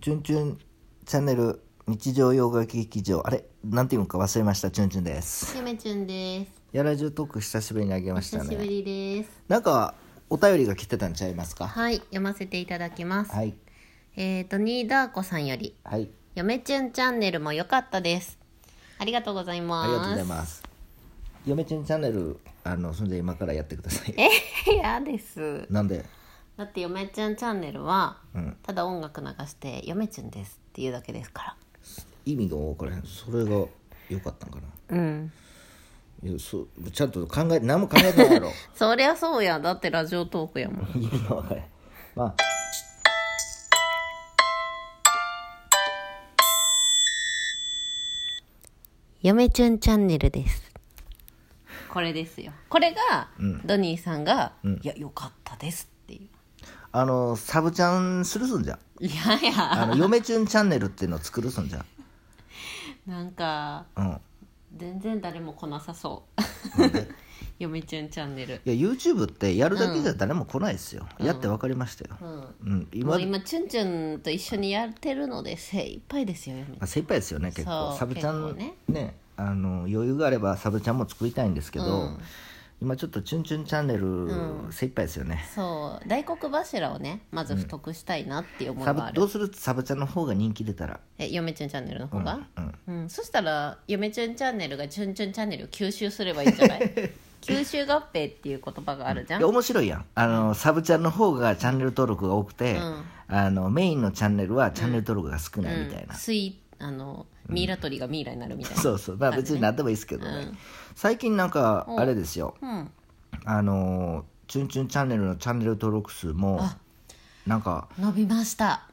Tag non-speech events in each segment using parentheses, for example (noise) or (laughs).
チュンチュンチャンネル日常洋画劇場あれなんていうのか忘れましたチュンチュンですゆめちゅんです。やらじゅうトーク久しぶりにあげました久しぶねりです。なんかお便りが来てたんちゃいますかはい、読ませていただきます。はいえっ、と、ニーダーコさんより、はいゆめちゅんチャンネルも良かったです。ありがとうございまあす。りがとうござい (laughs) ます嫁ちゃんチャンネルあのそんで今からやってくださいす。やです。なんでだって、ゆめちゅんチャンネルは、うんただ音楽流して、ゆめちゅんですっていうだけですか意味が分からへんそれが良かったんかなら。うん。いやそうちゃんと考え何も考えてないやろ (laughs) そりゃそうや。だってラジオトークやもん。意味が分からへんまあやめちゅんチャンネルですこれですよこれが、ドニーさんが「いやよかったです」っていうあのサブチャンするすんじゃんいやいやあ (laughs) の嫁チュンチャンネルっていうのを作るすんじゃんなんかうん全然誰も来なさそう (laughs) 嫁ちゅんチャンネルいや YouTube ってやるだけじゃ誰も来ないですよ、やって分かりましたよ、うんうん、も今う今チュンチュンと一緒にやってるので精一杯ですよ嫁ちゅんあ精一杯ですよね結構そうサブチャン結ね構あの余裕があればサブチャンも作りたいんですけど、うん今ちょっと「チュンチュンチャンネル」精一杯ですよね、そう大黒柱をねまず太くしたいなっていう思いサがあブる、どうするサブチャンの方が人気出たらえ嫁ちゅんチャンネルの方が、うんうん、そしたら「嫁ちゅんチャンネル」が「ちゅんちゅんチャンネル」を吸収すればいいんじゃない (laughs) 吸収合併っていう言葉があるじゃいん、や面白いやんあのサブチャンの方がチャンネル登録が多くて、うんあのメインのチャンネルはチャンネル登録が少ないみたいな、スイあのミイラ取りがミイラになるみたいな、そうそうまあ別になってもいいですけどね、最近なんかあれですよ、んあのー「チュンチュンチャンネル」のチャンネル登録数もなんか伸びました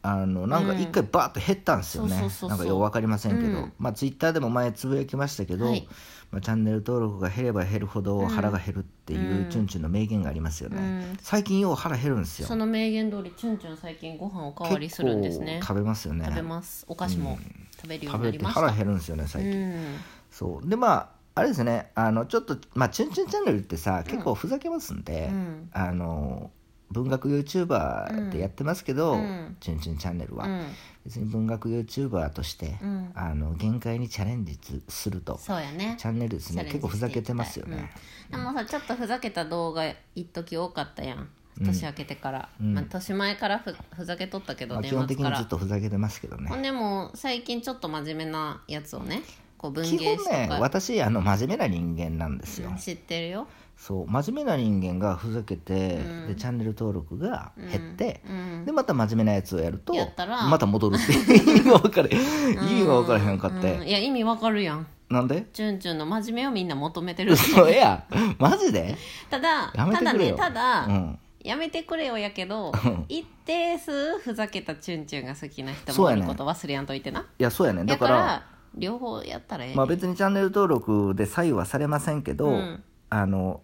あのなんか一回バーッと減ったんですよそねうそうそうそうなんかよう分かりませんけど、まあツイッターでも前つぶやきましたけど、はいまあ、チャンネル登録が減れば減るほど腹が減るっていうチュンチュンの名言がありますよね、最近よう腹減るんですよその名言通りチュンチュン最近ご飯おかわり結するん構ですね食べますよね食べますお菓子も食べるよう食になべりてました、腹減るんですよね最近、うんそうでまああれですねあのちょっと「まあ、チュンチュンチャンネル」ってさ結構ふざけますんで、んあの文学 YouTuber でやってますけど「うんチュンチュンチャンネルは」うん別に文学 YouTuber として、んあの限界にチャレンジするとそうやねチャンネルですねチャレンジして結構ふざけてますよね、でもさちょっとふざけた動画一時多かったやん年明けてから、まあ、年前からふふざけとったけどまあ、年基本末的かにずっらとふざけてますけどほねんでも最近ちょっと真面目なやつをねこう文基芸誌本とねか私あの真面目な人間なんですよ、知ってるよ、そう真面目な人間がふざけて、でチャンネル登録が減って、でまた真面目なやつをやるとやったらまた戻るっていう意 (laughs) 味が分かれ意味が分からへんかって、うん、いや意味わかるやんなんでチュンチュンの真面目をみんな求めてる嘘やマジでただやめたてだくれねよただ、うんやめてくれよやけど一定数ふざけたチュンチュンが好きな人そうもおやねること忘れやんといてな、いやそうやねだだかからら両方やったらええ、まあ、別にチャンネル登録で左右はされませんけど、うんあの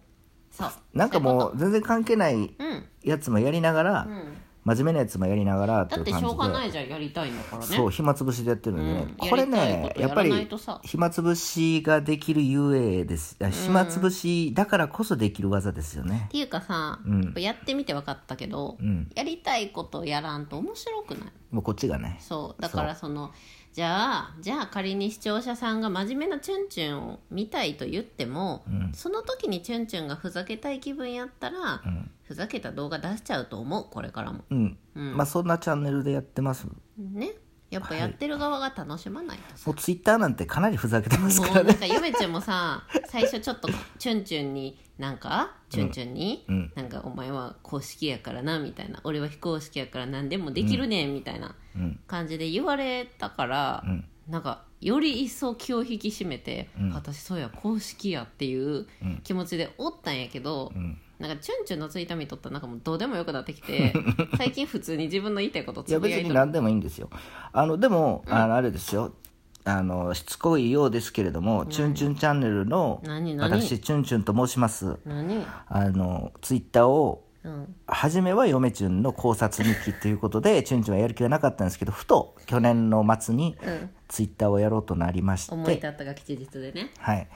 そうなんかもう全然関係ないうんやつもやりながら、ん真面目なやつもやりながらってだいっうてしょう感がじでないじゃんやりたいんだからねそう暇つぶしでやってるんでね、うんこれやりたいねことややっぱらないりとさ暇つぶしができるゆえですあ暇つぶしだからこそできる技ですよねっ、ていうかさ、うんやっぱやってみて分かったけど、んやりたいことやらんと面白くないもうこっちがねそうだからそのじゃあじゃあ仮に視聴者さんが真面目なチュンチュンを見たいと言っても、その時にチュンチュンがふざけたい気分やったら、ふざけた動画出しちゃうと思うこれからもうん、まあそんなチャンネルでやってますもねやっぱやってる側が楽しまないとさ、うツイッターなんてかなりふざけてますかもらうなねんかゆめちゃんもさ最初ちょっとチュンチュンになんかチュンチュンに、うんなんかお前は公式やからなみたいな俺は非公式やから何でもできるねんみたいなうん感じで言われたから、んなんかより一層気を引き締めて、私そうや公式やっていう気持ちでおったんやけど、んなんかチュンチュンのツイート見とったらなんかもうどうでもよくなって (laughs) きて最近普通に自分の言いたいこといやつぶ別やいにとる何でもいいんですよあのでも、あのあれですよあのしつこいようですけれども「チュンチュンチャンネル」の何何私チュンチュンと申します何、あのツイッターをうん、初めは嫁チュンの考察日記ということでチュンチュンはやる気はなかったんですけどふと去年の末にんツイッターをやろうとなりまして、思い立ったが吉日でねはい、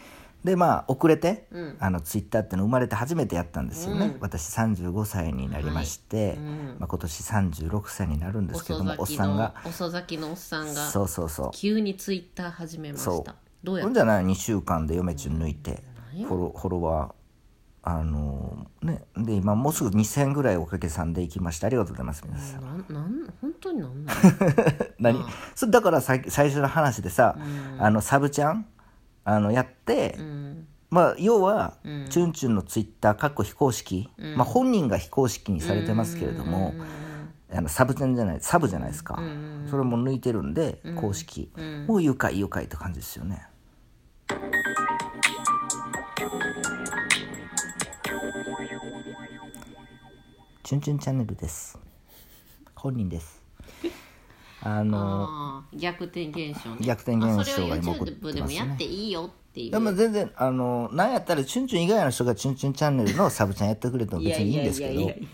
でまあ遅れて、うんあのツイッターっての生まれて初めてやったんですよね、うん私35歳になりまして、うんまあ、今年36歳になるんですけ遅どもおっ咲きさんのが遅咲きのおっさんがそうそうそう急にツイッター始めましそたどうやほっんじゃない2週間で嫁ちゅん抜いてフォロフォロワーあのーねで今もうすぐ2000ぐらいおかげさんで行きましたありがとうございます皆さんたなんなん本当になんなの何それだからさ最初の話でさ、あのサブちゃんあのやって、うんまあ要は、チュンチュンのツイッターかっこ非公式、まあ、本人が非公式にされてますけれども、あのサブちゃんじゃないサブじゃないですか、それも抜いてるんで、公式、もう愉快愉快って感じですよねチュンチュンチャンネルです本人ですあのあー逆転現象ね逆転現あそ象れがを今起こってますね YouTube でもやっていいよっていでもう全然あのなんやったらチュンチュン以外の人がチュンチュンチャンネルのサブちゃんやってくれても別にいいんですけいやいやどいやいや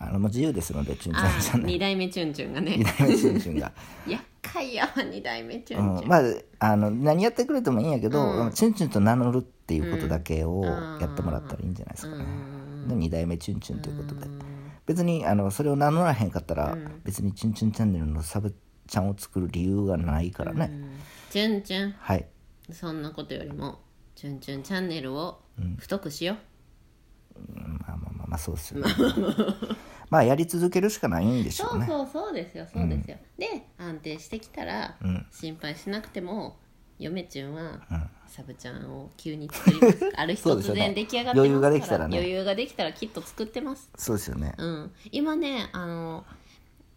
あのもう自由ですのでチュンチあュンチャーンネ二代目チュンチュンがねルチュンチュン (laughs) が、厄介やわ二代目チうュンチん、ュンまああの何やってくれてもいいんやけど、チュンチュンと名乗るっていうことだけをやってもらったらいいんじゃないですかね、で2代目チュンチュンということで、別にあのそれを名乗らへんかったら、別にチュンチュンチャンネルのサブちゃんを作る理由がないからね、チュンチュンはいそんなことよりもチュンチュンチャンネルを太くしよまあまあまあまあそうですよねまあやり続けるしかないんでしう、ょうねそうそうそうですよそうですよ、で安定してきたら、心配しなくても嫁チュンは、サブちゃんを急に作ります (laughs) ある日そうです突よね然出来上がってます余裕からができたらね余裕ができたらきっと作ってますそうですよねうん、今ねあの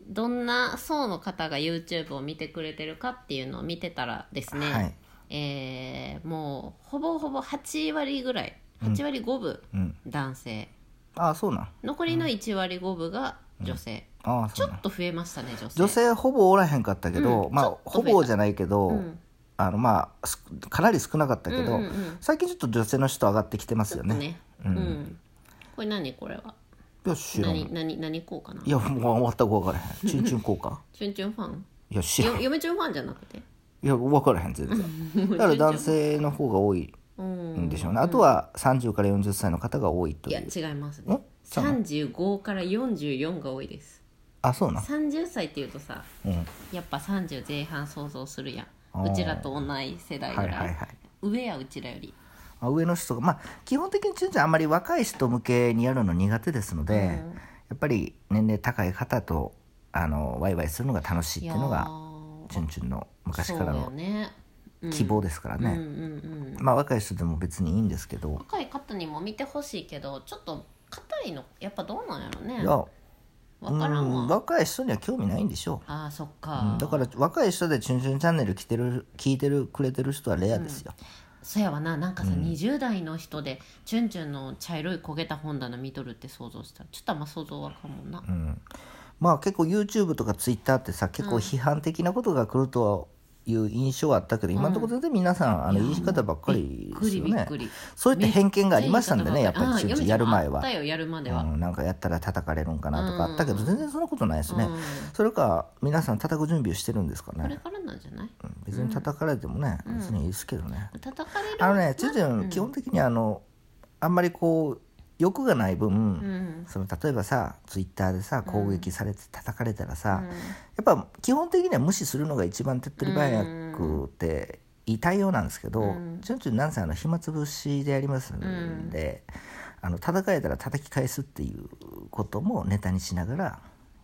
どんな層の方が YouTube を見てくれてるかっていうのを見てたらですね、はいえーもうほぼほぼ8割ぐらい8割5分、うん男性ああそうなん残りの1割5分が女性、ああちそょうなんっと増えましたね女性女性ほぼおらへんかったけど、うんまちあょっほと増えたぼじゃないけど、うんあのまあすかなり少なかったけど、うんうんうん最近ちょっと女性の人上がってきてますよねねううんん、これ何これはいや知らん何い何何こうかなやもう全く分からへんチュンチュン効果チュンチュンファンいや知らんよ嫁チュンファンじゃなくていや分からへん全 (laughs) 然だから男性の方が多いうんんでしょうね、あとは30から40歳の方が多いといいやう違いますんね35から44が多いですあそうなん30歳っていうとさうんやっぱ30前半想像するやあんーうちらと同い世代ぐはらいい、はいはい上やうちらよりまあ、上の人がまあ基本的にチュンチュンあんまり若い人向けにやるの苦手ですので、やっぱり年齢高い方とあのワイワイするのが楽しいっいていやうのがーチュンチュンの昔からそうよのねうん希望ですからうんうんね、うんまあ若い人でも別にいいんですけど、若い方にも見てほしいけどちょっと硬いのやっぱどうなんやろねいや分からうんんわ若い人には興味ないんでしょあーそっう、うんかだから若い人で「チュンチュンチャンネル」来てる聞いてるくれてる人はレアですよ、そやわななんかさ、20代の人でチュンチュンの茶色い焦げた本棚見とるって想像したらちょっとあんま想像わかんもんな、まあ結構 YouTube とか Twitter ってさ結構批判的なことが来るという印象はあったけど、今のところ全然皆さんあの言い方ばっかりびっでくすりよびっねくりそういった偏見がありましたんでねやっぱりチュンチュンやる前あはった、よやるまでは、うん、なんかやったら叩かれるんかなとかあったけど、全然そんなことないですね、うんそれか皆さん叩く準備をしてるんですかこれねからなんじゃない別に叩かれてもね、別にいいですけどね、叩かれるあのねチュンチュン基本的にあのあんまりこう欲がない分、うんその例えばさツイッターでさ攻撃されて叩かれたらさ、やっぱ基本的には無視するのが一番手っ取り早くっていい対応なんですけど、ちょんちょんなんせあの暇つぶしでやりますんで、あの叩かれたら叩き返すっていうこともネタにしながら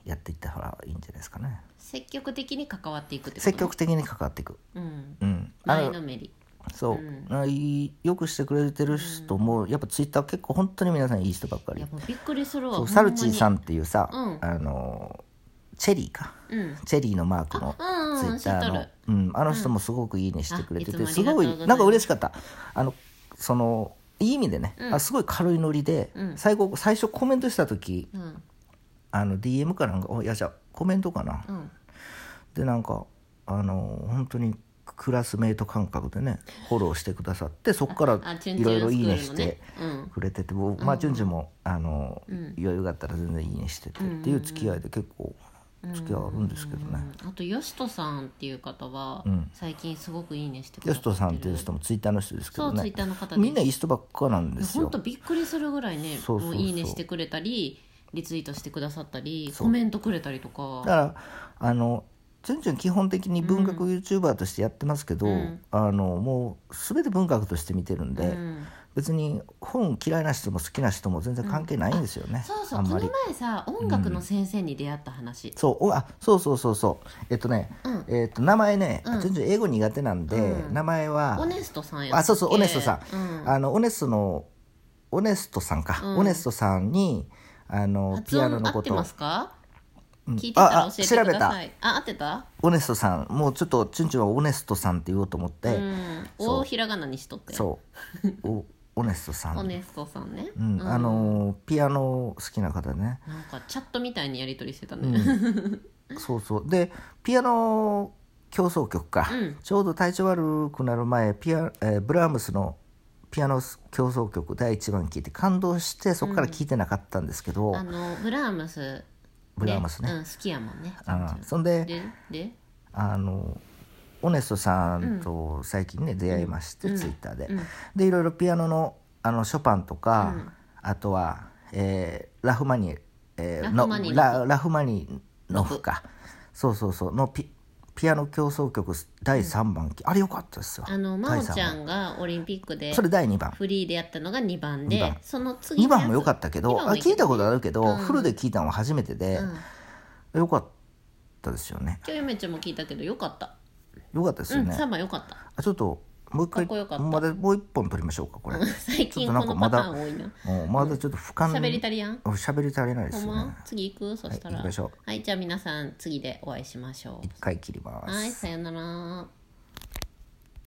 やっていった方がいいんじゃないですかね積極的に関わっていくってこと積極的に関わっていく、うんうん、あ前ののめりそう、あいいよくしてくれてる人もやっぱツイッター結構本当に皆さんいい人ばっかいりやもうびっくりするわそほうんサまルにチーさんっていうさ、うんあのチェリーか、うんチェリーのマークのあうんうんツイッター知のっ、うんあの人もすごくいいねしてくれてて、うんあいつすもありがとうごいございますなんか嬉しかったあのそのいい意味でね、あすごい軽いノリで、最後最初コメントした時うんあの DM かなんか「おいやじゃあコメントかな」んでなんかあの本当にクラスメイト感覚でねフォローしてくださってそこからあチュいンチュンろいろいいねスしクールのてねうんくれてて、僕まあチュンチュンもあの、余裕があったら全然いいねしててっていう付き合いで結構付き合いあるんですけどね。うんあとよしとさんっていう方は、うん最近すごくいいねしてくだヨシさってトるさんっていう人もツイッターの人ですけそどうツイねッターの方ですみんなイーストばっかなんです本よ当びっくりするぐらいねそうそうそうもういいねしてくれたりリツイートしてくださったりそうコメントくれたりとだかからあのチュンチュン基本的に文学 YouTuber としてやってますけど、うんあのもう全て文学として見てるんで、うん別に本嫌いな人も好きな人も全然関係ないんですよね、そうそあうんこまりの前さ音楽の先生に出会った話、そうおあそうそうそうそうえっとね、うんえっと名前ね、うんチュンチュン英語苦手なんで、うん名前オはネストさんやったっけあそうそうオネストさん、うんあのオネストのオネストさんか、うんオネストさんにあの発ピアノ音の合こってとますか、うん聞いてあたらあ教えてくだ調さべいあ合ってたオネストさんもうちょっとチュンチュンはオネストさんって言おうと思って、うんそう大ひらがなにしとってそうおオネストさんオネストさんね、うんあのーピアノ好きな方ねなんかチャットみたいにやり取りしてたうね、んそうそうでピアノ競争曲か、うんちょうど体調悪くなる前ピア、えーブラームスのピアノ競争曲第1番聴いて感動してそこから聴いてなかったんですけど、 (laughs) あのブラームス、ねブラームスねうん、好きやもんねあそんででであのオネストさんと最近ね、出会いまして、うんツイッターで、うんでいろいろピアノのあのショパンとか、うんあとは、えーラフマニ、えーラフマのニノフララフマニノフかそうそうそうのピピアノ競争曲第3番、あれよかったですよあの真央ちゃんんがオリンピックでそれ第2番フリーでやったのが2番二で番その次2のやつ番も良かったけど二番あも聞いたことあるけど、うんフルで聞いたのは初めてでうん、今良かったですよね日ゆめちゃんも聞いたけどよかった良かったですうよんね、 3番よかった (laughs) あちょっともう一かっ回こよかったまだもう一本取りましょうかこ (laughs) れ最近ちょこっとなんかのパまタだーン多いなうんまだちょっと俯瞰喋り足りやんうん喋り足りないでほすんよねま次行くそしたらはい行きましょはいじゃあ皆さん次でお会いしましょ一回切りうますはいさよなら